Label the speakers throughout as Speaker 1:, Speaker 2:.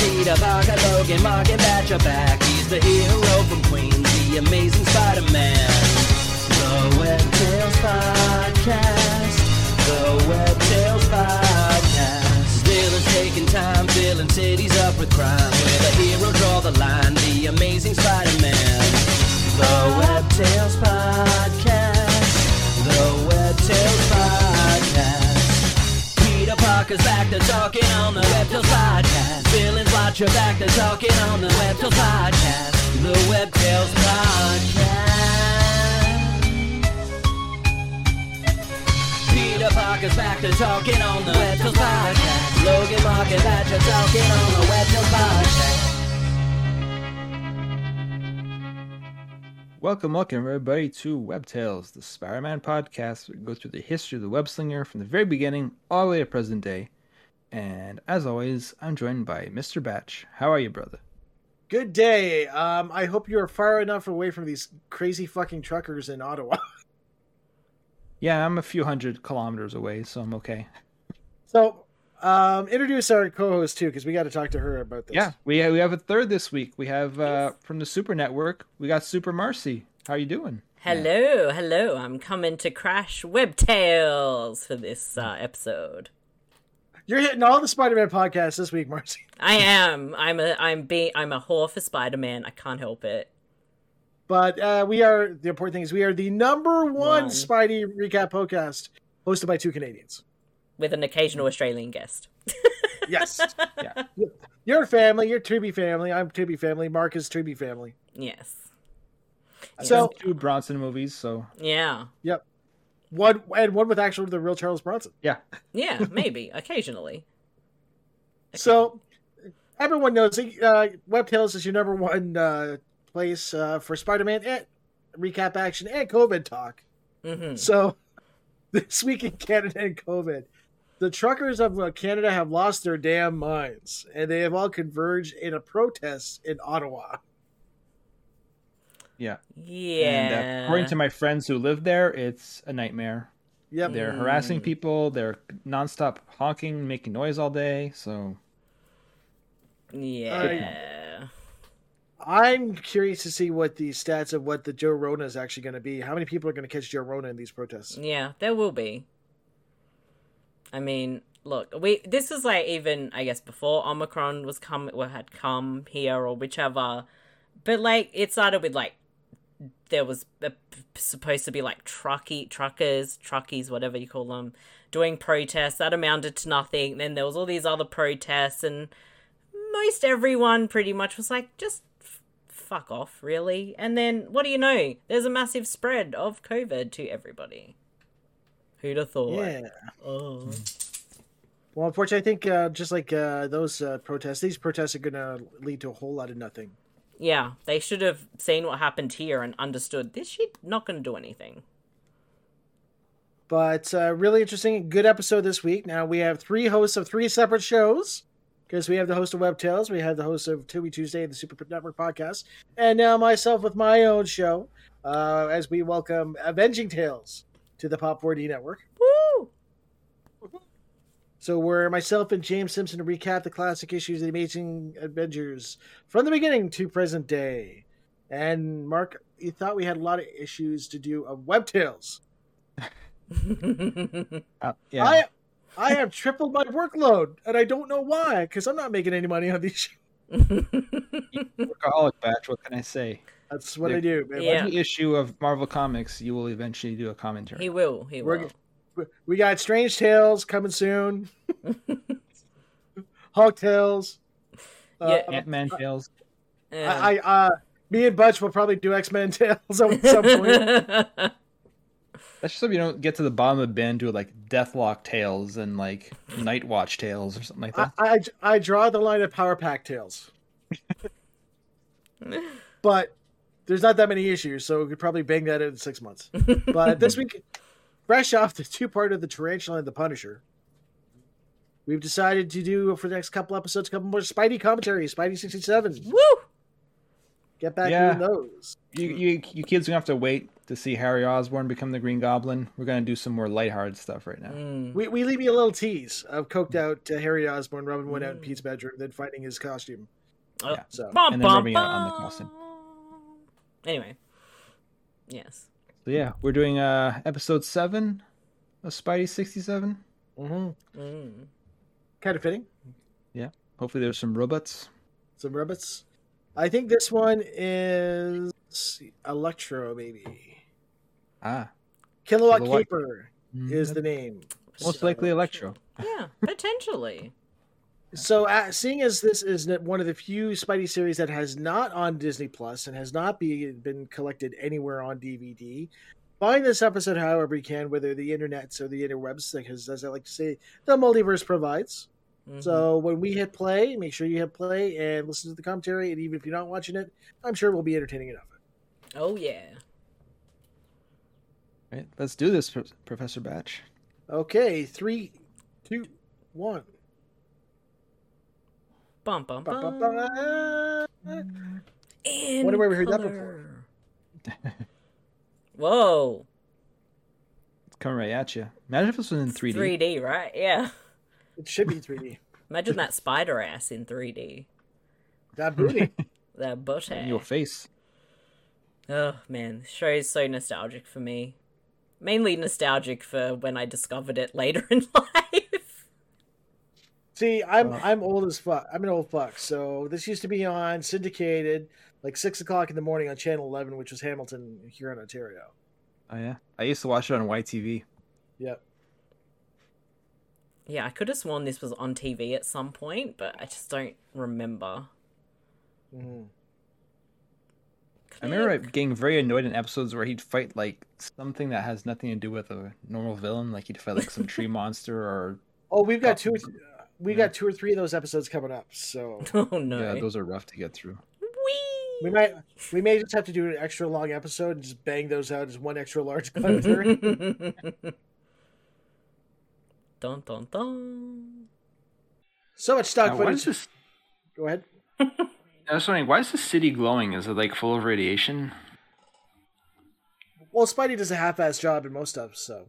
Speaker 1: Hawkeye, Logan, Mocking Batch are back. He's the hero from Queens, the amazing Spider-Man. The Web Tales Podcast. The Web Tales Podcast. Dylan's taking time, filling cities up with crime. Where the hero draw the line, the amazing Spider-Man. The Web Tales Podcast. The Web Tales Podcast. Peter Parker's back to talking on the Web Tales Podcast. Dylan's watch your back to talking on the Web Tales Podcast. The Web Tales Podcast. Peter Parker's back to talking on the Web Tales Podcast. Logan Mark and Badger talking on the Web Tales Podcast.
Speaker 2: Welcome, welcome everybody to Web Tales, the Spider-Man podcast. We go through the history of the web slinger from the very beginning all the way to present day. And as always, I'm joined by Mr. Batch. How are you, brother?
Speaker 3: Good day. Um, I hope you are far enough away from these crazy fucking truckers in Ottawa.
Speaker 2: Yeah, I'm a few hundred kilometers away, so I'm okay.
Speaker 3: so, um, introduce our co-host too, because we got to talk to her about this.
Speaker 2: Yeah, we we have a third this week. We have uh, from the Super Network. We got Super Marcy. How you doing?
Speaker 4: Hello, hello. I'm coming to crash web tales for this uh, episode.
Speaker 3: you're hitting all the Spider-Man podcasts this week, Marcy.
Speaker 4: I am. I'm a. I'm be. I'm a whore for Spider Man. I can't help it.
Speaker 3: But uh, we are the important thing is we are the number one
Speaker 4: One.
Speaker 3: Spidey recap podcast hosted by two Canadians.
Speaker 4: With an occasional
Speaker 2: Mm.
Speaker 4: Australian guest.
Speaker 3: Yes,
Speaker 2: Yeah.
Speaker 3: your family, your Tubby family. I'm Tubby family. Mark is Tubby family.
Speaker 4: Yes.
Speaker 3: So,
Speaker 2: two Bronson movies, so
Speaker 4: Yeah.
Speaker 3: yep, one and one with actual the real Charles Bronson.
Speaker 2: yeah.
Speaker 4: Yeah. Maybe. Occasionally.
Speaker 3: So everyone knows uh, Webtails is your number one uh, place uh, for Spider-Man and recap action and COVID talk.
Speaker 4: Mm-hmm.
Speaker 3: So this week in Canada and COVID, the truckers of uh, Canada have lost their damn minds, and they have all converged in a protest in Ottawa.
Speaker 2: Yeah.
Speaker 4: Yeah.
Speaker 2: And uh, according to my friends who live there, it's a nightmare.
Speaker 3: Yep,
Speaker 2: They're harassing people, they're nonstop honking, making noise all day, so
Speaker 4: yeah.
Speaker 3: I'm curious to see what the stats of what the Joe Rona is actually going to be. How many people are going to catch Joe Rona in these protests?
Speaker 4: Yeah, there will be. I mean, look, we this was like even I guess before Omicron was come well, had come here or whichever, but like it started with like there was a, supposed to be like trucky truckers, truckies, whatever you call them, doing protests that amounted to nothing. Then there was all these other protests, and most everyone pretty much was like just. f- Fuck off, really. And then, what do you know? There's a massive spread of COVID to everybody. Who'd have thought?
Speaker 3: Yeah.
Speaker 4: Oh.
Speaker 3: Uh-huh. Well, unfortunately, I think uh, just like uh, those uh, protests, these protests are going to lead to a whole lot of nothing.
Speaker 4: Yeah, they should have seen what happened here and understood this shit not gonna do anything.
Speaker 3: But uh, really interesting, good episode this week. Now we have three hosts of three separate shows because we have the host of Web Tales, we have the host of Tubby Tuesday, the Super Network podcast, and now myself with my own show uh, as we welcome Avenging Tales to the Pop 4D network.
Speaker 4: Woo!
Speaker 3: So where myself and James Simpson recap the classic issues of the Amazing Adventures from the beginning to present day. And Mark, you thought we had a lot of issues to do of Web Tales.
Speaker 2: uh, yeah.
Speaker 3: I I have tripled my workload, and I don't know why, because I'm not making any money on these. shows.
Speaker 2: workaholic batch. What can I say?
Speaker 3: That's what I do. man.
Speaker 4: Yeah.
Speaker 2: Every issue of Marvel Comics, you will eventually do a commentary.
Speaker 4: he will, he
Speaker 3: We're-
Speaker 4: will.
Speaker 3: We got Strange Tales coming soon. Hawk Tales. Uh,
Speaker 4: Yeah.
Speaker 2: Ant Man fails.
Speaker 4: Yeah.
Speaker 3: I, I uh, me and Butch will probably do X Men Tales at some point.
Speaker 2: That's just so you don't get to the bottom of Ben to like Deathlock Tales and like Night Watch Tales or something like
Speaker 3: I,
Speaker 2: that.
Speaker 3: I I draw the line of Power Pack Tales, but there's not that many issues, so we could probably bang that out in six months. But this week, fresh off the two part of the Tarantula and the Punisher, we've decided to do for the next couple episodes a couple more Spidey commentaries, Spidey sixty seven.
Speaker 4: Woo!
Speaker 3: Get back
Speaker 2: Yeah.
Speaker 3: in those.
Speaker 2: you, you you kids gonna have to wait to see Harry Osborn become the Green Goblin. We're gonna do some more lighthearted stuff right now.
Speaker 4: Mm.
Speaker 3: We, we leave you a little tease of coked out uh, Harry Osborn rubbing one out in Pete's bedroom, then finding his costume.
Speaker 4: Oh,
Speaker 2: Yeah.
Speaker 3: So
Speaker 4: bum,
Speaker 2: And then
Speaker 4: bum,
Speaker 2: rubbing it on the
Speaker 4: bum.
Speaker 2: costume.
Speaker 4: Anyway, yes.
Speaker 2: So yeah, we're doing uh episode seven of Spidey sixty seven.
Speaker 3: hmm
Speaker 4: Mm.
Speaker 3: kind of fitting.
Speaker 2: Hopefully there's some robots.
Speaker 3: Some rabbits. I think this one is Electro, maybe.
Speaker 2: Ah,
Speaker 3: Kilowatt,
Speaker 2: Kilowatt. Mm-hmm.
Speaker 3: Keeper is the name.
Speaker 2: most likely Electro.
Speaker 4: Yeah, potentially.
Speaker 3: So, uh, seeing as this is n- one of the few Spidey series that has not on Disney Plus and has not be, been collected anywhere on DVD, find this episode however you can, whether the internets or the interwebs, because as I like to say, the multiverse provides.
Speaker 2: Mm-hmm.
Speaker 4: Mhm.
Speaker 3: So, when we hit play, make sure you hit play and listen to the commentary. And even if you're not watching it, I'm sure we'll be entertaining enough.
Speaker 4: Oh yeah.
Speaker 2: Right, let's do this, Pro- Professor Batch.
Speaker 3: Okay, three, two, one.
Speaker 4: Bum bum
Speaker 3: Ba, ba,
Speaker 4: bum.
Speaker 3: ba.
Speaker 4: In
Speaker 3: Wonder where we heard that
Speaker 4: color.
Speaker 3: before.
Speaker 4: Whoa.
Speaker 2: It's coming right at you. Imagine if this was in three D.
Speaker 4: 3D, right? Yeah.
Speaker 3: It should be 3D.
Speaker 4: Imagine that spider ass in 3D.
Speaker 3: That booty.
Speaker 4: That butt
Speaker 2: In your
Speaker 4: ass.
Speaker 2: face.
Speaker 4: Oh man, this show is so nostalgic for me. Mainly nostalgic for when I discovered it later in life.
Speaker 3: See, I'm I'm old as fuck. I'm an old fuck. So this used to be on syndicated, like six o'clock in the morning on Channel Eleven, which was Hamilton here in Ontario.
Speaker 2: Oh yeah. I used to watch it on YTV.
Speaker 3: Yep.
Speaker 4: Yeah, I could have sworn this was on TV at some point, but I just don't remember.
Speaker 3: hmm
Speaker 2: I remember getting very annoyed in episodes where he'd fight like something that has nothing to do with a normal villain. Like he'd fight like some tree monster or
Speaker 3: Oh, we've got two.
Speaker 2: Awesome.
Speaker 3: We
Speaker 2: Yeah.
Speaker 3: got two or three of those episodes coming up. So
Speaker 4: Oh no.
Speaker 2: yeah, those are rough to get through.
Speaker 4: Whee!
Speaker 3: we might we may just have to do an extra long episode and just bang those out as one extra large commentary.
Speaker 4: dun dun dun.
Speaker 3: so much stock
Speaker 2: Now, why
Speaker 3: footage.
Speaker 2: is this?
Speaker 3: Go ahead.
Speaker 2: I was wondering why is the city glowing? Is it like full of radiation?
Speaker 3: Well, Spidey does a half-ass job in most stuff. So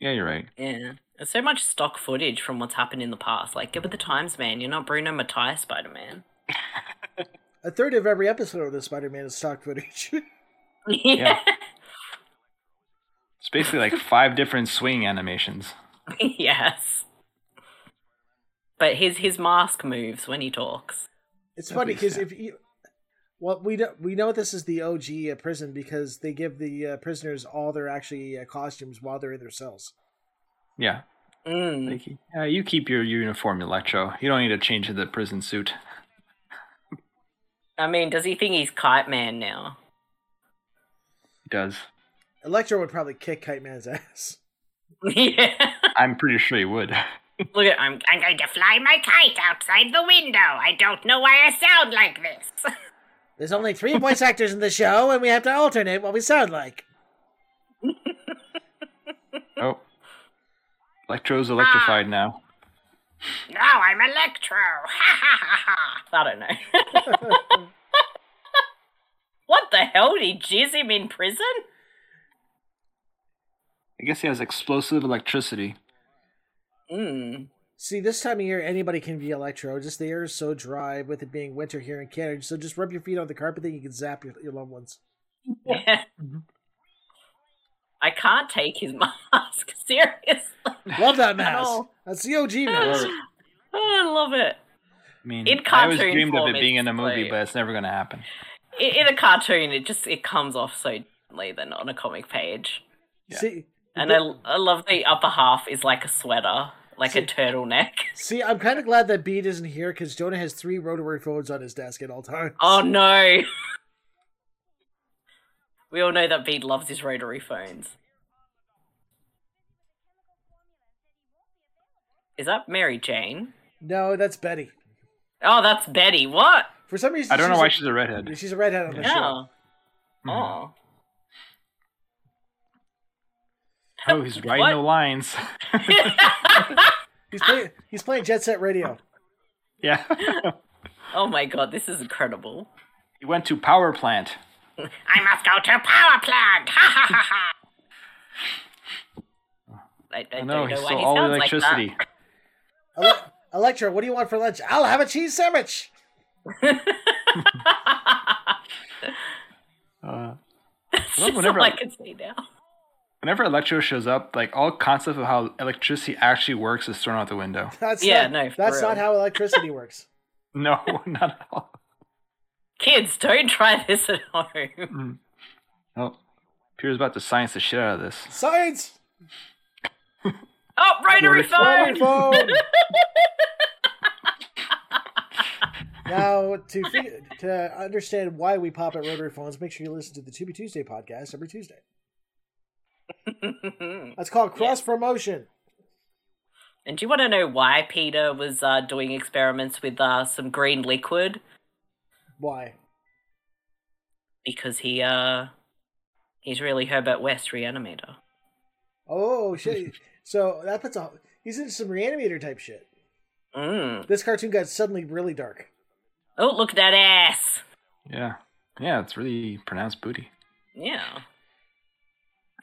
Speaker 2: Yeah, you're right.
Speaker 4: Yeah. There's so much stock footage from what's happened in the past. Like, get with the times, man. You're not Bruno Matthias Spider Man.
Speaker 3: a third of every episode of Spider-Man is stock footage.
Speaker 4: Yeah.
Speaker 2: It's basically like five different swing animations.
Speaker 4: yes. But his his mask moves when he talks.
Speaker 3: It's
Speaker 2: At
Speaker 3: funny
Speaker 2: least,
Speaker 3: because
Speaker 2: yeah.
Speaker 3: if you, well, we know we know this is the OG at prison because they give the uh, prisoners all their actually uh, costumes while they're in their cells.
Speaker 2: Yeah.
Speaker 4: Mm.
Speaker 2: Like, yeah, you keep your uniform, Electro. You don't need to change to the prison suit.
Speaker 4: I mean, does he think he's Kite Man now?
Speaker 2: He does.
Speaker 3: Electro would probably kick Kite Man's ass.
Speaker 4: yeah.
Speaker 2: I'm pretty sure he would.
Speaker 4: Look at I'm
Speaker 5: I'm going to fly my kite outside the window. I don't know why I sound like this.
Speaker 3: There's only three voice actors in the show, and we have to alternate what we sound like.
Speaker 2: Oh. Electro's electrified
Speaker 4: Ah.
Speaker 2: now.
Speaker 5: now I'm Electro. Ha ha ha ha.
Speaker 4: I don't know. what the hell? Did he jizz him in prison?
Speaker 2: I guess he has explosive electricity.
Speaker 5: Hmm.
Speaker 4: Mm.
Speaker 3: See, this time of year, anybody can be Electro. Just the air is so dry with it being winter here in Canada. So just rub your feet on the carpet, then you can zap your, your loved ones.
Speaker 4: Yeah. I can't take his mask. Seriously.
Speaker 3: Love that mask.
Speaker 4: No.
Speaker 3: That's the OG mask.
Speaker 4: Oh, I love it.
Speaker 2: I mean,
Speaker 4: In
Speaker 2: I always
Speaker 4: cartoon
Speaker 2: dreamed of
Speaker 4: form,
Speaker 2: it being in a
Speaker 4: it's
Speaker 2: movie,
Speaker 4: like-
Speaker 2: but it's never going to happen.
Speaker 4: I- In a cartoon, it just it comes off so differently than on a comic page.
Speaker 2: Yeah.
Speaker 3: See,
Speaker 4: And I, I love the upper half is like a sweater, like a
Speaker 3: See-
Speaker 4: turtleneck.
Speaker 3: See, I'm kind of glad that Beat isn't here because Jonah has three rotary phones on his desk at all times.
Speaker 4: Oh no! we all know that Bede loves his rotary phones. Is that Mary Jane?
Speaker 3: No, that's Betty.
Speaker 4: Oh, that's Betty. What?
Speaker 3: For some reason,
Speaker 2: I don't know
Speaker 3: she's
Speaker 2: why
Speaker 3: a-
Speaker 2: she's a redhead. Hmm.
Speaker 3: She's a redhead on the
Speaker 4: Yeah.
Speaker 3: show.
Speaker 2: Mm-hmm.
Speaker 4: Oh.
Speaker 2: Oh, he's writing
Speaker 4: What?
Speaker 2: no lines.
Speaker 3: He's playing. He's playing Jet Set Radio.
Speaker 2: yeah.
Speaker 4: oh my god, this is incredible.
Speaker 2: he went to power plant.
Speaker 5: I must go to power plant. Ha ha ha ha.
Speaker 4: I, I
Speaker 2: I
Speaker 4: don't
Speaker 2: know, he
Speaker 4: know why
Speaker 2: stole
Speaker 4: he
Speaker 2: all the
Speaker 4: sounds like
Speaker 2: electricity.
Speaker 4: that.
Speaker 3: Ele- Electra, what do you want for lunch? I'll have a cheese sandwich.
Speaker 6: Uh,
Speaker 4: That's
Speaker 6: Well,
Speaker 4: just
Speaker 6: whenever
Speaker 4: all I
Speaker 6: I-
Speaker 4: can say now.
Speaker 2: Whenever Electro shows up, like all concept of how electricity actually works is thrown out the window.
Speaker 3: That's
Speaker 4: Yeah,
Speaker 3: not,
Speaker 4: no, for
Speaker 3: That's
Speaker 4: real.
Speaker 3: not how electricity works.
Speaker 2: No, not at all.
Speaker 4: Kids, don't try this at home.
Speaker 2: No. Oh. Peter's about to science the shit out of this.
Speaker 3: Science.
Speaker 4: Oh,
Speaker 2: Rotary
Speaker 4: rotary
Speaker 2: phone.
Speaker 4: phone!
Speaker 3: Rotary phone. now, to fi- to understand why we pop at rotary phones, make sure you listen to the To Be Tuesday podcast every Tuesday. That's called cross promotion.
Speaker 4: and do you want to know why Peter was uh, doing experiments with uh, some green liquid?
Speaker 3: Why?
Speaker 4: Because he uh, he's really Herbert West reanimator.
Speaker 3: Oh shit! so that puts a he's into some reanimator type shit.
Speaker 4: Mm.
Speaker 3: This cartoon got suddenly really dark.
Speaker 4: Oh, look at that ass!
Speaker 2: Yeah. Yeah, it's really pronounced booty.
Speaker 4: Yeah.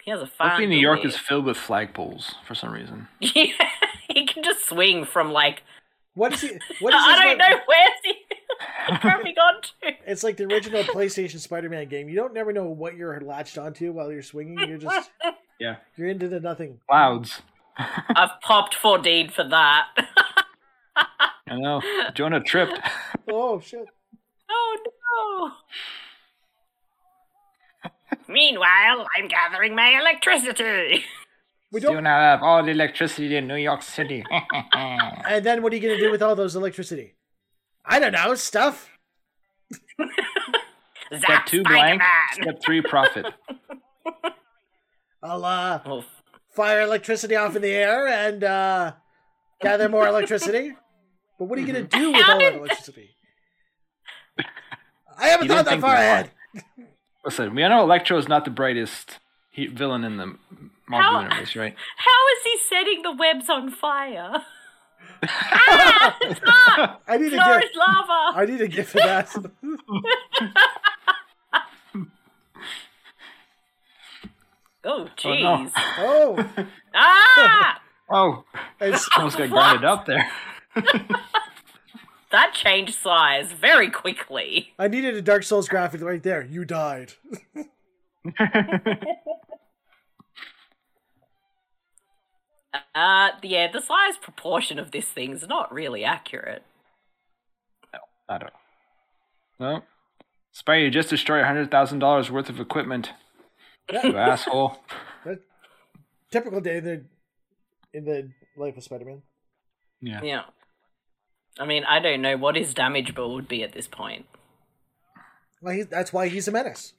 Speaker 4: He has a fine.
Speaker 2: Luckily, New York is
Speaker 4: booty.
Speaker 2: filled with flagpoles for some reason.
Speaker 4: yeah, he can just swing from like
Speaker 3: What is he? What is
Speaker 4: I
Speaker 3: this
Speaker 4: don't
Speaker 3: about-
Speaker 4: know where's he grabbing onto.
Speaker 3: It's like the original PlayStation Spider-Man game. You don't never know what you're latched onto while you're swinging. You're just
Speaker 2: Yeah.
Speaker 3: you're into the nothing.
Speaker 2: Clouds.
Speaker 4: I've popped 14 for that.
Speaker 2: I know. Jonah tripped.
Speaker 3: Oh shit!
Speaker 4: oh
Speaker 7: Meanwhile, I'm gathering my electricity.
Speaker 3: We
Speaker 2: Do
Speaker 3: don't.
Speaker 2: not have uh, all the electricity in New York City.
Speaker 3: And then what are you gonna do with all those electricity? I don't know stuff.
Speaker 7: Zap
Speaker 2: Step two blank.
Speaker 7: Spider-Man.
Speaker 2: Step three profit.
Speaker 3: I'll uh,
Speaker 4: no! Oh,
Speaker 3: fire electricity off in the air and uh, gather more electricity. But what are you gonna do with
Speaker 4: How
Speaker 3: all that
Speaker 4: did-
Speaker 3: electricity? I haven't
Speaker 2: You didn't
Speaker 3: thought that
Speaker 2: think
Speaker 3: far
Speaker 2: that hard.
Speaker 3: ahead.
Speaker 2: Listen, we know Electro is not the brightest he- villain in the Marvel
Speaker 4: How-
Speaker 2: universe, right?
Speaker 4: how is he setting the webs on fire?
Speaker 3: I need a
Speaker 4: Floor
Speaker 3: gift.
Speaker 4: is lava!
Speaker 3: I need a gift for that.
Speaker 2: Oh,
Speaker 4: Oh, jeez.
Speaker 2: no.
Speaker 3: Oh,
Speaker 4: Ah!
Speaker 2: Oh,
Speaker 3: it's,
Speaker 2: almost got grounded up there.
Speaker 4: That changed size very quickly.
Speaker 3: I needed a Dark Souls graphic right there. You died.
Speaker 4: Uh, yeah, the size proportion of this thing's not really accurate.
Speaker 2: I don't know. No. Spire, you just destroyed $100,000 worth of equipment. You asshole.
Speaker 3: Typical day in the in the life of Spider-Man.
Speaker 2: Yeah.
Speaker 4: Yeah. I mean, I don't know what his damage bill would be at this point.
Speaker 3: Well, he, that's why he's a menace.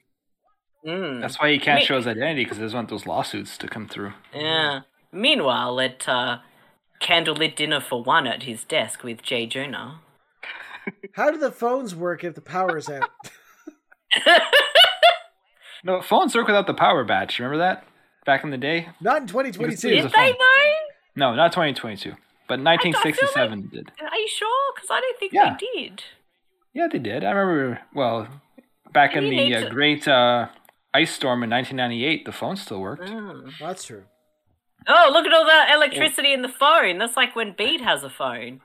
Speaker 4: Mm.
Speaker 2: That's why he can't
Speaker 4: Me-
Speaker 2: show his identity because he doesn't want those lawsuits to come through.
Speaker 4: Yeah. Meanwhile, at uh, candlelit dinner for one at his desk with Jay Jonah.
Speaker 3: How do the phones work if the power is out?
Speaker 2: No, phones work without the power batch. Remember that? Back in the day?
Speaker 3: Not in
Speaker 2: Here's
Speaker 4: Did
Speaker 3: 2022.
Speaker 2: a
Speaker 4: they
Speaker 2: phone.
Speaker 4: though?
Speaker 2: No, not 2022, but 1967 did.
Speaker 4: Are you sure? Because I don't think
Speaker 2: Yeah.
Speaker 4: they did.
Speaker 2: Yeah, they did. I remember, well, back in
Speaker 4: Maybe
Speaker 2: the
Speaker 4: they
Speaker 2: uh,
Speaker 4: took-
Speaker 2: great uh, ice storm in 1998, the phone still worked.
Speaker 4: Mm.
Speaker 3: That's true.
Speaker 4: Oh, look at all that electricity in the phone. That's like when Bede has a phone.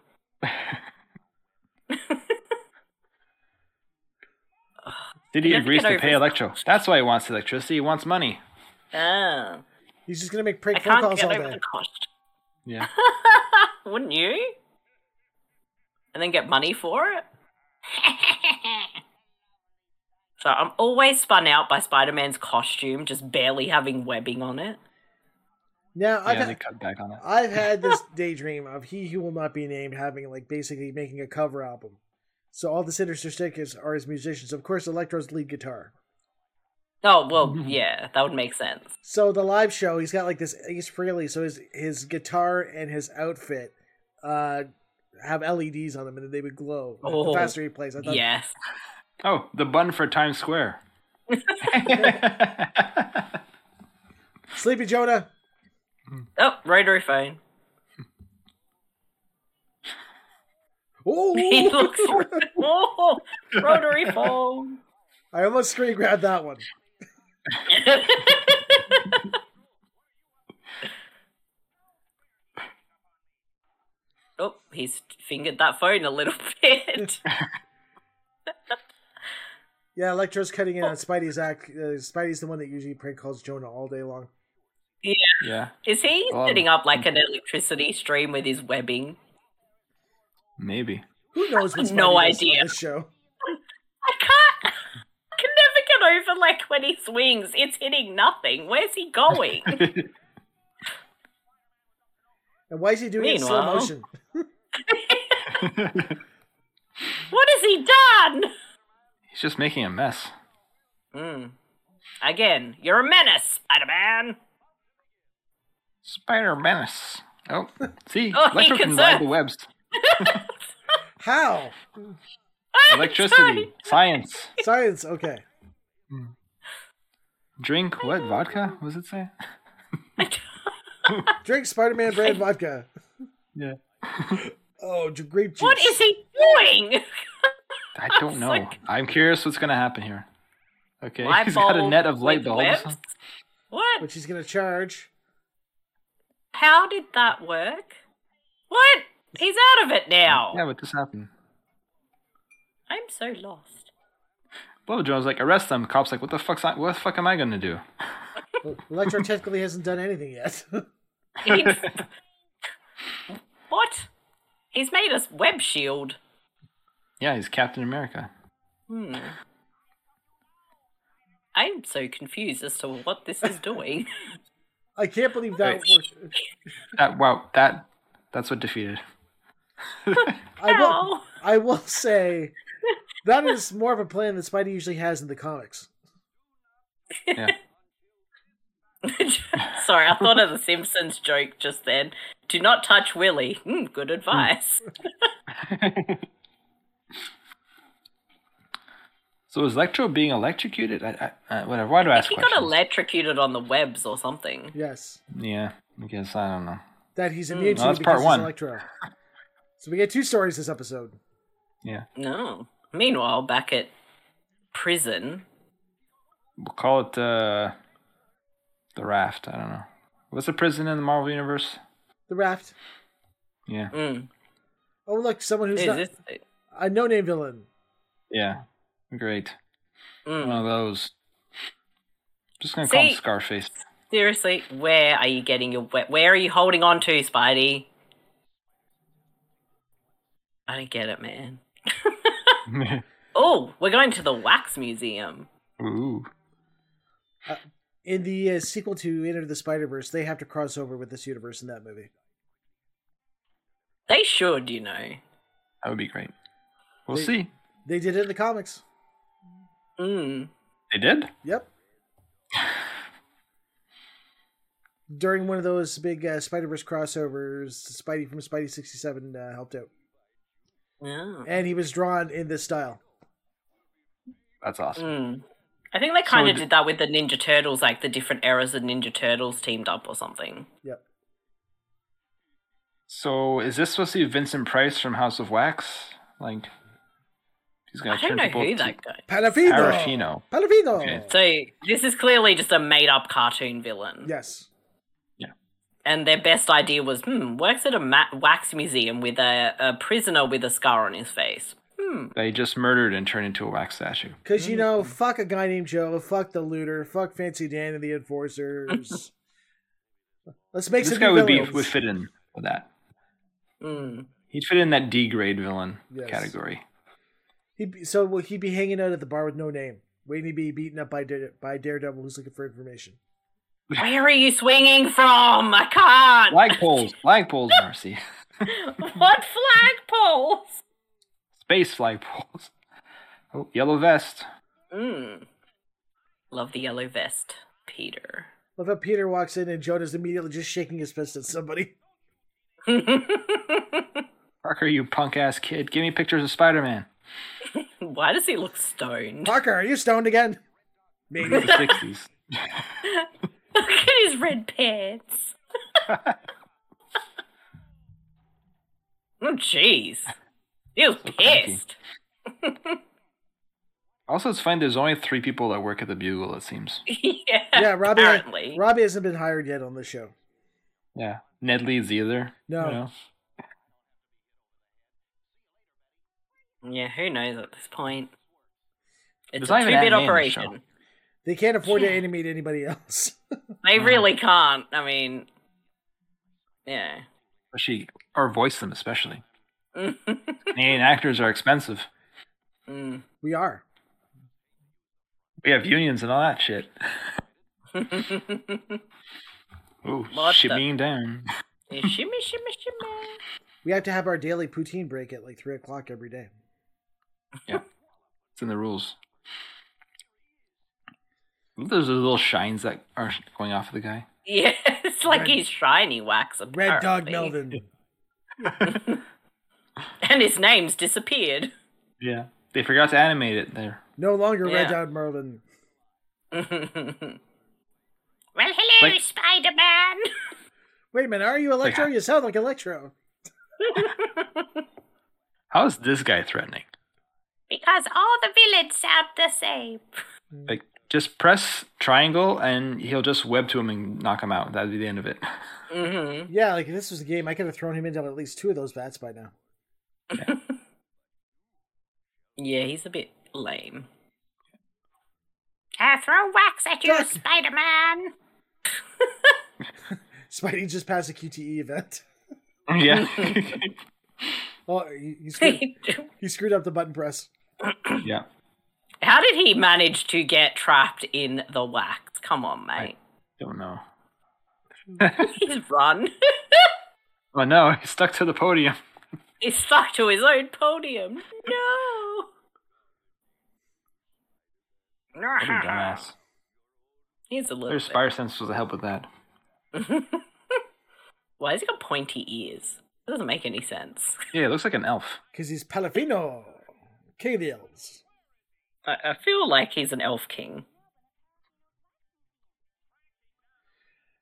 Speaker 2: Did he
Speaker 4: Never
Speaker 2: agrees
Speaker 4: get
Speaker 2: to
Speaker 4: over
Speaker 2: pay
Speaker 4: it.
Speaker 2: Electro? That's why he wants electricity. He wants money.
Speaker 4: Oh.
Speaker 3: He's just gonna make
Speaker 4: I
Speaker 3: prank phone
Speaker 4: can't
Speaker 3: calls
Speaker 4: get
Speaker 3: all
Speaker 4: over
Speaker 3: day.
Speaker 4: the cost.
Speaker 2: Yeah.
Speaker 4: Wouldn't you? And then get money for it? so I'm always spun out by Spider Man's costume, just barely having webbing on it.
Speaker 3: Now I've
Speaker 2: yeah, they
Speaker 3: had,
Speaker 2: cut back on that.
Speaker 3: I've had this daydream of he who will not be named having like basically making a cover album. So all the Sinister Six is- are his musicians. Of course, Electro's lead guitar.
Speaker 4: Oh, well, yeah, that would make sense.
Speaker 3: So the live show, he's got like this Ace Frehley. So his his guitar and his outfit uh, have LEDs on them, and then they would glow. like,
Speaker 4: Oh.
Speaker 3: the faster he plays, I thought
Speaker 4: Yes.
Speaker 2: Oh, the bun for Times Square.
Speaker 3: Sleepy Jonah.
Speaker 4: Oh, rotary phone. He
Speaker 3: Ooh,
Speaker 4: looks. oh, rotary phone.
Speaker 3: I almost screen grabbed that one.
Speaker 4: oh, he's fingered that phone a little bit.
Speaker 3: Yeah, Electro's cutting in on Spidey's act. Uh, Spidey's the one that usually prank calls Jonah all day long.
Speaker 2: Yeah,
Speaker 4: Is he
Speaker 2: Um,
Speaker 4: setting up like an electricity stream with his webbing?
Speaker 2: maybe.
Speaker 3: Who knows? What Spidey
Speaker 4: No
Speaker 3: does on
Speaker 4: idea.
Speaker 3: This show.
Speaker 4: I can't. I can never get over like when he swings, it's hitting nothing. Where's he going?
Speaker 3: And why is he doing it in slow
Speaker 4: Meanwhile-
Speaker 3: motion?
Speaker 2: He's
Speaker 4: what has he done?
Speaker 2: just making a mess.
Speaker 4: Mm. Again, you're a menace, Spider Man.
Speaker 2: Spider menace. Oh, see,
Speaker 4: Oh, he
Speaker 2: Electro
Speaker 4: can
Speaker 2: can ride
Speaker 4: surf.
Speaker 2: the webs.
Speaker 3: How?
Speaker 2: Electricity, science.
Speaker 3: Science. Okay.
Speaker 2: Drink what vodka? Was it say?
Speaker 3: Drink Spider-Man brand vodka.
Speaker 2: Yeah.
Speaker 3: Oh, j- grape juice.
Speaker 4: What is he doing?
Speaker 2: I don't know.
Speaker 4: like-
Speaker 2: I'm curious what's gonna happen here. Okay,
Speaker 4: Light
Speaker 2: he's got a
Speaker 4: bulb
Speaker 2: net of light
Speaker 4: with
Speaker 2: bulbs.
Speaker 4: webs? What?
Speaker 3: Which he's gonna charge?
Speaker 4: How did that work? What? He's out of it now.
Speaker 2: Yeah, but this happened.
Speaker 4: I'm so lost.
Speaker 2: Blow Jones like arrest them. Cops like what the fuck's I, what the fuck am I gonna do?
Speaker 3: Electro technically hasn't done anything yet.
Speaker 4: He's... what? He's made us web shield.
Speaker 2: Yeah, he's Captain America.
Speaker 4: Hmm. I'm so confused as to what this is doing.
Speaker 3: I can't believe that
Speaker 2: Hey.
Speaker 3: worked.
Speaker 2: That wow, that that's what defeated.
Speaker 3: I will.
Speaker 4: Ow.
Speaker 3: I will say that is more of a plan that Spidey usually has in the comics.
Speaker 2: Yeah,
Speaker 4: Sorry, I thought of the Simpsons joke just then. Do not touch Willy. Hmm, good advice.
Speaker 2: So is Electro being electrocuted? I, I, I, whatever. Why do I ask
Speaker 4: He got
Speaker 2: questions?
Speaker 4: electrocuted on the webs or something.
Speaker 3: Yes,
Speaker 2: yeah, I guess I don't know.
Speaker 3: that
Speaker 4: Hmm.
Speaker 3: he's immune to
Speaker 2: Well, that's
Speaker 3: because
Speaker 2: part
Speaker 3: he's
Speaker 2: one.
Speaker 3: Electro. So we get two stories this episode.
Speaker 2: Yeah,
Speaker 4: No. Meanwhile, back at prison,
Speaker 2: we'll call it uh, the raft. I don't know. What's the prison in the Marvel universe?
Speaker 3: The raft.
Speaker 2: Yeah,
Speaker 4: mm,
Speaker 3: Oh, look, someone who's
Speaker 4: is
Speaker 3: not,
Speaker 4: this?
Speaker 3: a no-name villain.
Speaker 2: yeah, great.
Speaker 4: mm.
Speaker 2: One of those. Just gonna call him
Speaker 4: See-
Speaker 2: Scarface.
Speaker 4: Seriously, where are you getting your wet? Where are you holding on to, Spidey? I don't get it, man. Oh, we're going to the wax museum.
Speaker 2: Ooh,
Speaker 3: In the uh, sequel to Enter the Spider Verse, they have to cross over with this universe in that movie.
Speaker 4: They should, you know.
Speaker 2: that would be great. We'll
Speaker 3: Wait.
Speaker 2: see.
Speaker 3: They did it in the comics.
Speaker 4: Mm.
Speaker 2: They did.
Speaker 3: Yep. During one of those big uh, Spider Verse crossovers, Spidey from Spidey sixty seven uh, helped out,
Speaker 4: Yeah.
Speaker 3: and he was drawn in this style.
Speaker 2: That's awesome.
Speaker 4: Mm. I think they kind
Speaker 2: it-
Speaker 4: of did that with the Ninja Turtles, like the different eras of Ninja Turtles teamed up or something.
Speaker 3: Yep.
Speaker 2: So is this supposed to be Vincent Price from House of Wax? Like he's gonna
Speaker 4: I don't
Speaker 2: turn
Speaker 4: know
Speaker 2: people
Speaker 4: who
Speaker 2: to
Speaker 4: that guy.
Speaker 3: Palafino.
Speaker 2: Parafino.
Speaker 3: Palafino.
Speaker 2: Okay.
Speaker 4: So this is clearly just a made-up cartoon villain.
Speaker 3: Yes.
Speaker 4: and their best idea was, hmm, works at a ma- wax museum with a, a prisoner with a scar on his face. Hmm.
Speaker 2: They just murdered and turned into a wax statue.
Speaker 3: Because, you know, fuck a guy named Joe, fuck the looter, fuck Fancy Dan and the enforcers. Let's make
Speaker 2: This
Speaker 3: some
Speaker 2: guy
Speaker 3: new
Speaker 2: would be
Speaker 3: villains.
Speaker 2: would fit in with that.
Speaker 4: Mm.
Speaker 2: He'd fit in that D grade villain
Speaker 3: Yes.
Speaker 2: category.
Speaker 3: He'd be, so will he be hanging out at the bar with no name, waiting to be beaten up by Dare, by Daredevil who's looking for information.
Speaker 4: Where are you swinging from? I can't.
Speaker 2: Lag poles, lag poles, Marcy.
Speaker 4: what flagpoles?
Speaker 2: Space flag poles. Oh, yellow vest.
Speaker 4: Mm. Love the yellow vest, Peter.
Speaker 3: Love how Peter walks in and Jonah's immediately just shaking his fist at somebody.
Speaker 2: Parker, you punk ass kid, give me pictures of Spider Man.
Speaker 4: Why does he look stoned?
Speaker 3: Parker, are you stoned again?
Speaker 2: The
Speaker 3: Maybe.
Speaker 2: 60s.
Speaker 4: Look at his red pants. oh, jeez. He was
Speaker 2: cranky.
Speaker 4: pissed.
Speaker 2: Also, it's fine. There's only three people that work at the Bugle. It seems.
Speaker 4: yeah,
Speaker 3: yeah, Robbie,
Speaker 4: apparently.
Speaker 3: Robbie hasn't been hired yet on this show.
Speaker 2: Yeah. Ned Leeds either.
Speaker 3: No.
Speaker 4: Yeah, who knows at this point? It's
Speaker 2: There's not
Speaker 4: a
Speaker 2: even that
Speaker 4: two-bit
Speaker 2: many in the
Speaker 4: operation.
Speaker 3: They can't afford to animate anybody else.
Speaker 4: They
Speaker 2: Hmm.
Speaker 4: really can't. I mean, yeah.
Speaker 2: But she or voice them especially. Canadian actors are expensive.
Speaker 4: Mm.
Speaker 3: we are.
Speaker 2: We have unions and all that shit. Ooh,
Speaker 4: What
Speaker 2: shit
Speaker 4: the-
Speaker 2: being down.
Speaker 4: shimmy, shimmy, shimmy.
Speaker 3: We have to have our daily poutine break at like three o'clock every day.
Speaker 2: It's in the rules. Look, There's those little shines that are going off of the guy.
Speaker 4: Yeah, it's like
Speaker 3: Red-
Speaker 4: he's shiny wax. Apparently.
Speaker 3: Red Dog Melvin.
Speaker 4: And his name's disappeared.
Speaker 2: Yeah. They forgot to animate it there.
Speaker 3: No longer Red
Speaker 4: Yeah.
Speaker 3: Dog Merlin.
Speaker 4: well,
Speaker 8: hello,
Speaker 2: Like-
Speaker 8: Spider Man.
Speaker 3: Wait a minute, are you Electro?
Speaker 2: Like-
Speaker 3: you sound like Electro.
Speaker 2: How is this guy threatening?
Speaker 8: Because all the villains sound the same.
Speaker 2: Like, just press triangle and he'll just web to him and knock him out. That'd be the end of it.
Speaker 4: hmm
Speaker 3: Yeah, like if this was a game, I could have thrown him into at least two of those bats by now.
Speaker 4: Yeah, he's a bit lame.
Speaker 8: I throw wax at you,
Speaker 3: Duck.
Speaker 8: Spider Man.
Speaker 3: Spidey just passed a QTE event.
Speaker 2: yeah.
Speaker 3: Oh, he, he, screwed, he screwed up the button press.
Speaker 2: yeah.
Speaker 4: How did he manage to get trapped in the wax? Come on, mate.
Speaker 2: Don't know.
Speaker 4: He's run.
Speaker 2: Oh no, he's stuck to the podium.
Speaker 4: He's stuck to his own podium. No.
Speaker 2: What a dumbass.
Speaker 4: He's a little.
Speaker 2: Their
Speaker 4: bit-
Speaker 2: Spire Sense was a help with that.
Speaker 4: Why has he got pointy ears? That doesn't make any sense.
Speaker 2: Yeah, it looks like an elf.
Speaker 3: Because he's Palafino. King of the Elves.
Speaker 4: I, I feel like he's an elf king.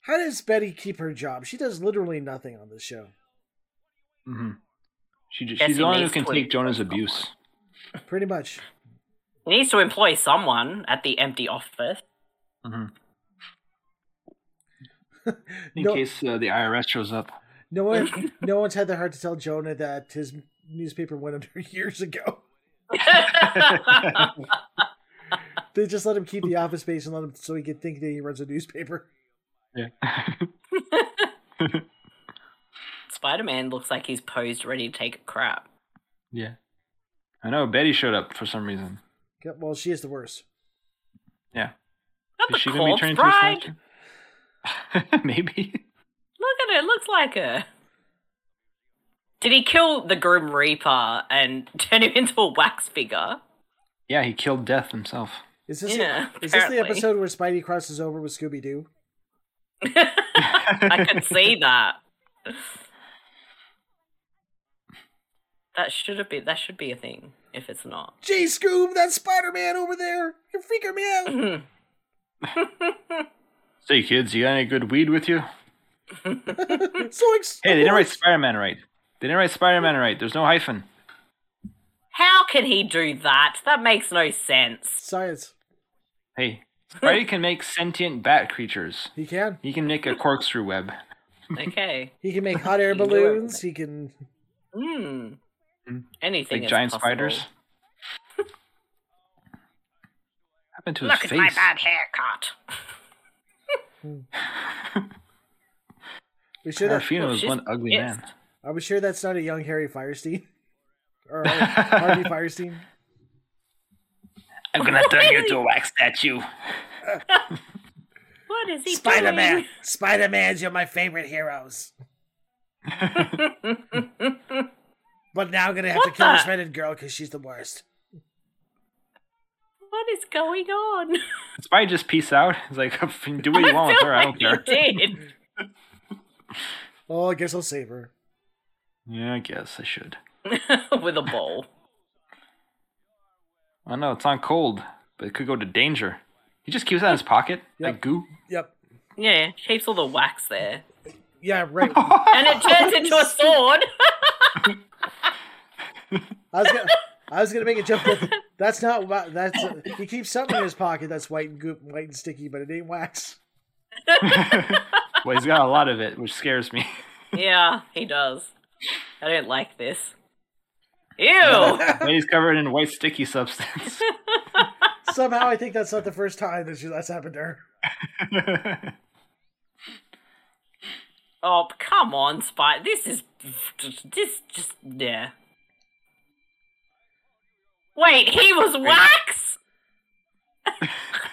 Speaker 3: How does Betty keep her job? She does literally nothing on this show.
Speaker 2: hmm She just,
Speaker 4: Guess
Speaker 2: she's the
Speaker 4: he
Speaker 2: one who
Speaker 4: needs
Speaker 2: can
Speaker 4: to
Speaker 2: take
Speaker 4: impress
Speaker 2: Jonah's
Speaker 4: someone.
Speaker 2: abuse.
Speaker 3: Pretty much.
Speaker 4: He needs to employ someone at the empty office.
Speaker 2: hmm In
Speaker 3: No,
Speaker 2: case uh, the IRS shows up.
Speaker 3: no one, no one's had the heart to tell Jonah that his newspaper went under years ago. They just let him keep the office space and let him so he could think that he runs a newspaper.
Speaker 2: Yeah.
Speaker 4: Spider Man looks like he's posed ready to take a crap.
Speaker 2: yeah. I know Betty showed up for some reason.
Speaker 3: Yeah, Well, she is the worst.
Speaker 2: Yeah.
Speaker 4: Not the
Speaker 2: Is she gonna be
Speaker 4: corpse
Speaker 2: turned into a
Speaker 4: bride.
Speaker 2: statue? Maybe.
Speaker 4: Look at her. Looks like her. Did he kill the Grim Reaper and turn him into a wax figure?
Speaker 2: Yeah, he killed Death himself.
Speaker 3: Is this
Speaker 4: Yeah,
Speaker 3: is this the
Speaker 4: apparently.
Speaker 3: episode where Spidey crosses over with Scooby Doo?
Speaker 4: I could see that. That should have been. That should be a thing. If it's not,
Speaker 3: Gee, Scoob, that Spider Man over there, you're freaking me out.
Speaker 2: Say, kids, you got any good weed with you?
Speaker 3: so ex-
Speaker 2: Hey, they didn't write Spider Man right. They didn't write Spider Man right. There's no hyphen.
Speaker 4: how can he do that? That makes no sense.
Speaker 3: science.
Speaker 2: Hey, Spidey can make sentient bat creatures.
Speaker 3: He can.
Speaker 2: He can make a corkscrew web.
Speaker 4: Okay.
Speaker 3: He can make hot air
Speaker 4: He can do
Speaker 3: balloons. He can.
Speaker 4: Hmm. Anything
Speaker 2: like
Speaker 4: is
Speaker 2: giant
Speaker 4: possible.
Speaker 2: spiders. Happened to
Speaker 8: Look
Speaker 2: his
Speaker 8: at my
Speaker 2: face.
Speaker 8: bad haircut.
Speaker 3: We should. Have...
Speaker 2: Arafino is
Speaker 4: She's
Speaker 2: one ugly
Speaker 4: pissed.
Speaker 2: man.
Speaker 3: Are we sure that's not a young Harry Firestein or Harvey Firestein?
Speaker 2: I'm gonna turn you into a wax statue.
Speaker 4: What is he
Speaker 3: Spider Man.
Speaker 4: doing?
Speaker 3: Spider Man's you're my favorite heroes. but now I'm gonna have to
Speaker 4: What
Speaker 3: kill
Speaker 4: the-
Speaker 3: this redheaded girl because she's the worst.
Speaker 4: What is going on?
Speaker 2: Spidey just peace out. He's like, do what you want with her. I don't
Speaker 4: You
Speaker 2: care.
Speaker 4: did.
Speaker 3: Oh, I guess I'll save her.
Speaker 2: Yeah, I guess I should.
Speaker 4: With a bowl.
Speaker 2: I know it's on cold, but it could go to danger. He just keeps that in his pocket, like goo.
Speaker 3: Yep.
Speaker 4: Yeah, shapes all the wax there.
Speaker 3: Yeah, right.
Speaker 4: And it turns into a sword.
Speaker 3: I was gonna, I was gonna make a joke. That that's not wa- that's he keeps something in his pocket that's white and goop, white and sticky, but it ain't wax.
Speaker 2: Well, he's got a lot of it, which scares me.
Speaker 4: yeah, he does. I don't like this. Ew!
Speaker 2: But he's covered in white sticky substance.
Speaker 3: Somehow, I think that's not the first time that she, that's happened to her.
Speaker 4: Oh, come on, Spike. This is this just yeah. Wait, he was wax.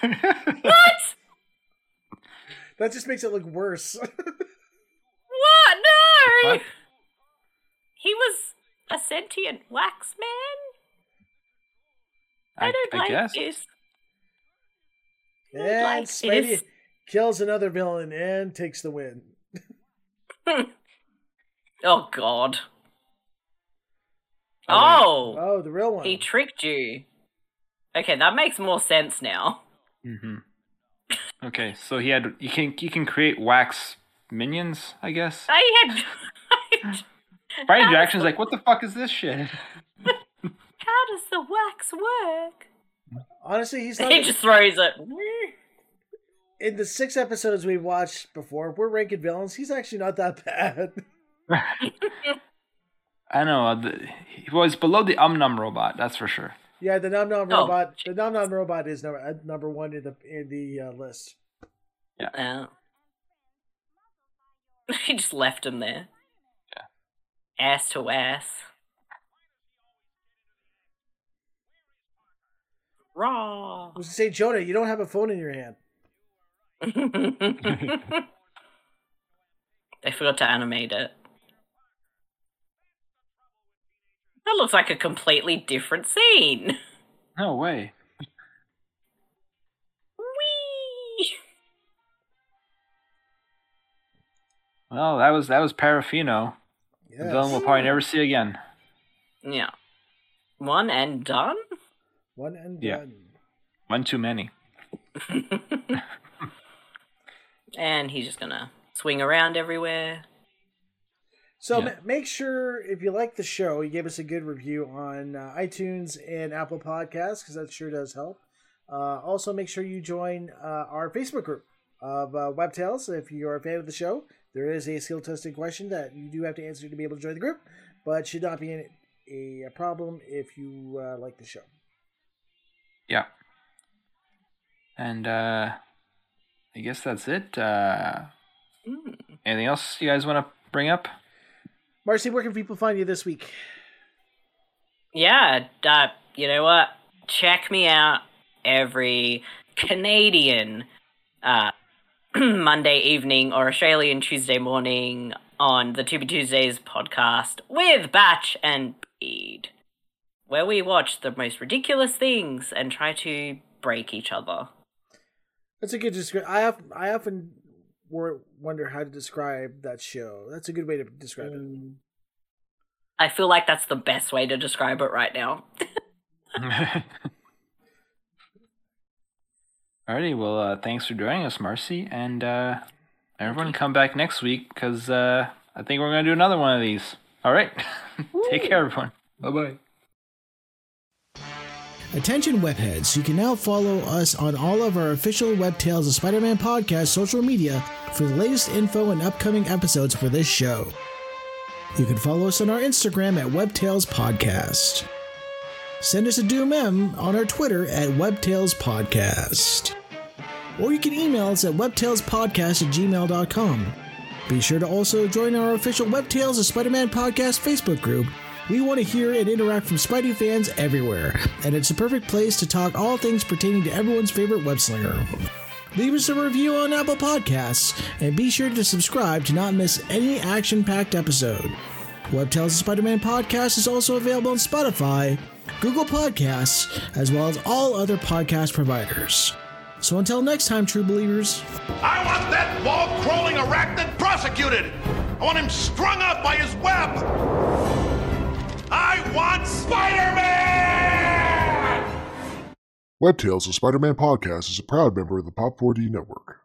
Speaker 4: What?
Speaker 3: That just makes it look worse.
Speaker 4: What? No.
Speaker 2: What?
Speaker 4: He was a sentient wax man. I
Speaker 2: I,
Speaker 4: don't
Speaker 2: I
Speaker 4: like
Speaker 2: guess.
Speaker 4: this.
Speaker 3: and
Speaker 4: like
Speaker 3: Spidey
Speaker 4: this.
Speaker 3: kills another villain and takes the win.
Speaker 4: Oh God.
Speaker 2: Oh,
Speaker 4: Oh,
Speaker 3: Oh, the real one.
Speaker 4: he tricked you. Okay, that makes more sense now.
Speaker 2: hmm Okay, so he had you can you can create wax minions, I guess.
Speaker 4: I had. How
Speaker 2: Brian Jackson's like, what the fuck is this shit?
Speaker 4: does the wax work?
Speaker 3: Honestly, he's not.
Speaker 4: He just throws it.
Speaker 3: in the six episodes we've watched before, we're ranking villains. He's actually not that bad.
Speaker 2: I know uh, the, he was below the um num robot, that's for sure.
Speaker 3: yeah, the Nom Nom
Speaker 4: Oh,
Speaker 3: robot. The Nom Nom robot is number uh, number one in the in the uh, list.
Speaker 4: Uh, he just left him there. Ass to ass. Raw.
Speaker 3: I was to say, Jonah, you don't have a phone in your hand.
Speaker 4: they forgot to animate it. That looks like a completely different scene.
Speaker 2: No way.
Speaker 4: Whee!
Speaker 2: Well, that was that was Parafino. The
Speaker 3: Yes.
Speaker 2: villain we'll probably never see again.
Speaker 4: Yeah. One and done?
Speaker 3: One and
Speaker 2: Yeah.
Speaker 3: done.
Speaker 2: One too many.
Speaker 4: And he's just gonna swing around everywhere.
Speaker 3: So
Speaker 2: Yeah.
Speaker 3: ma- make sure if you like the show, you give us a good review on uh, iTunes and Apple Podcasts because that sure does help. Uh, also, make sure you join uh, our Facebook group of uh, Web Tales. If you are a fan of the show, there is a skill testing question that you do have to answer to be able to join the group, but should not be an, a, a problem if you uh, like the show.
Speaker 2: Yeah. And uh I guess that's it. Uh
Speaker 4: Mm.
Speaker 2: anything else you guys wanna bring up?
Speaker 3: Marcy, where can people find you this week?
Speaker 4: Yeah, uh, you know what? Check me out every Canadian uh, Monday evening or Australian Tuesday morning on the To Be Tuesdays podcast with Batch and Bede, where we watch the most ridiculous things and try to break each other.
Speaker 3: That's a good description. I, of- I often wor- wonder how to describe that show. That's a good way to describe it.
Speaker 4: I feel like that's the best way to describe it right now.
Speaker 2: Alrighty, well, uh, thanks for joining us, Marcy, and uh, everyone come back next week because uh, I think we're gonna do another one of these. All right, take care, everyone. Bye bye.
Speaker 9: Attention webheads, you can now follow us on all of our official Web Tales of Spider-Man podcast social media for the latest info and upcoming episodes for this show. You can follow us on our Instagram at Web Tales Podcast. Send us a DM on our Twitter at Web Tales Podcast. Or you can email us at webtalespodcast at gmail.com. Be sure to also join our official Web Tales of Spider Man podcast Facebook group. We want to hear and interact from Spidey fans everywhere, and it's a perfect place to talk all things pertaining to everyone's favorite webslinger. Leave us a review on Apple Podcasts, and be sure to subscribe to not miss any action packed episode. Web Tales of Spider Man podcast is also available on Spotify, Google Podcasts, as well as all other podcast providers. So until next time, true believers,
Speaker 10: I want that wall crawling arachnid prosecuted. I want him strung up by his web. I want Spider Man!
Speaker 11: Web Tales, a Spider Man podcast, is a proud member of the Pop4D network.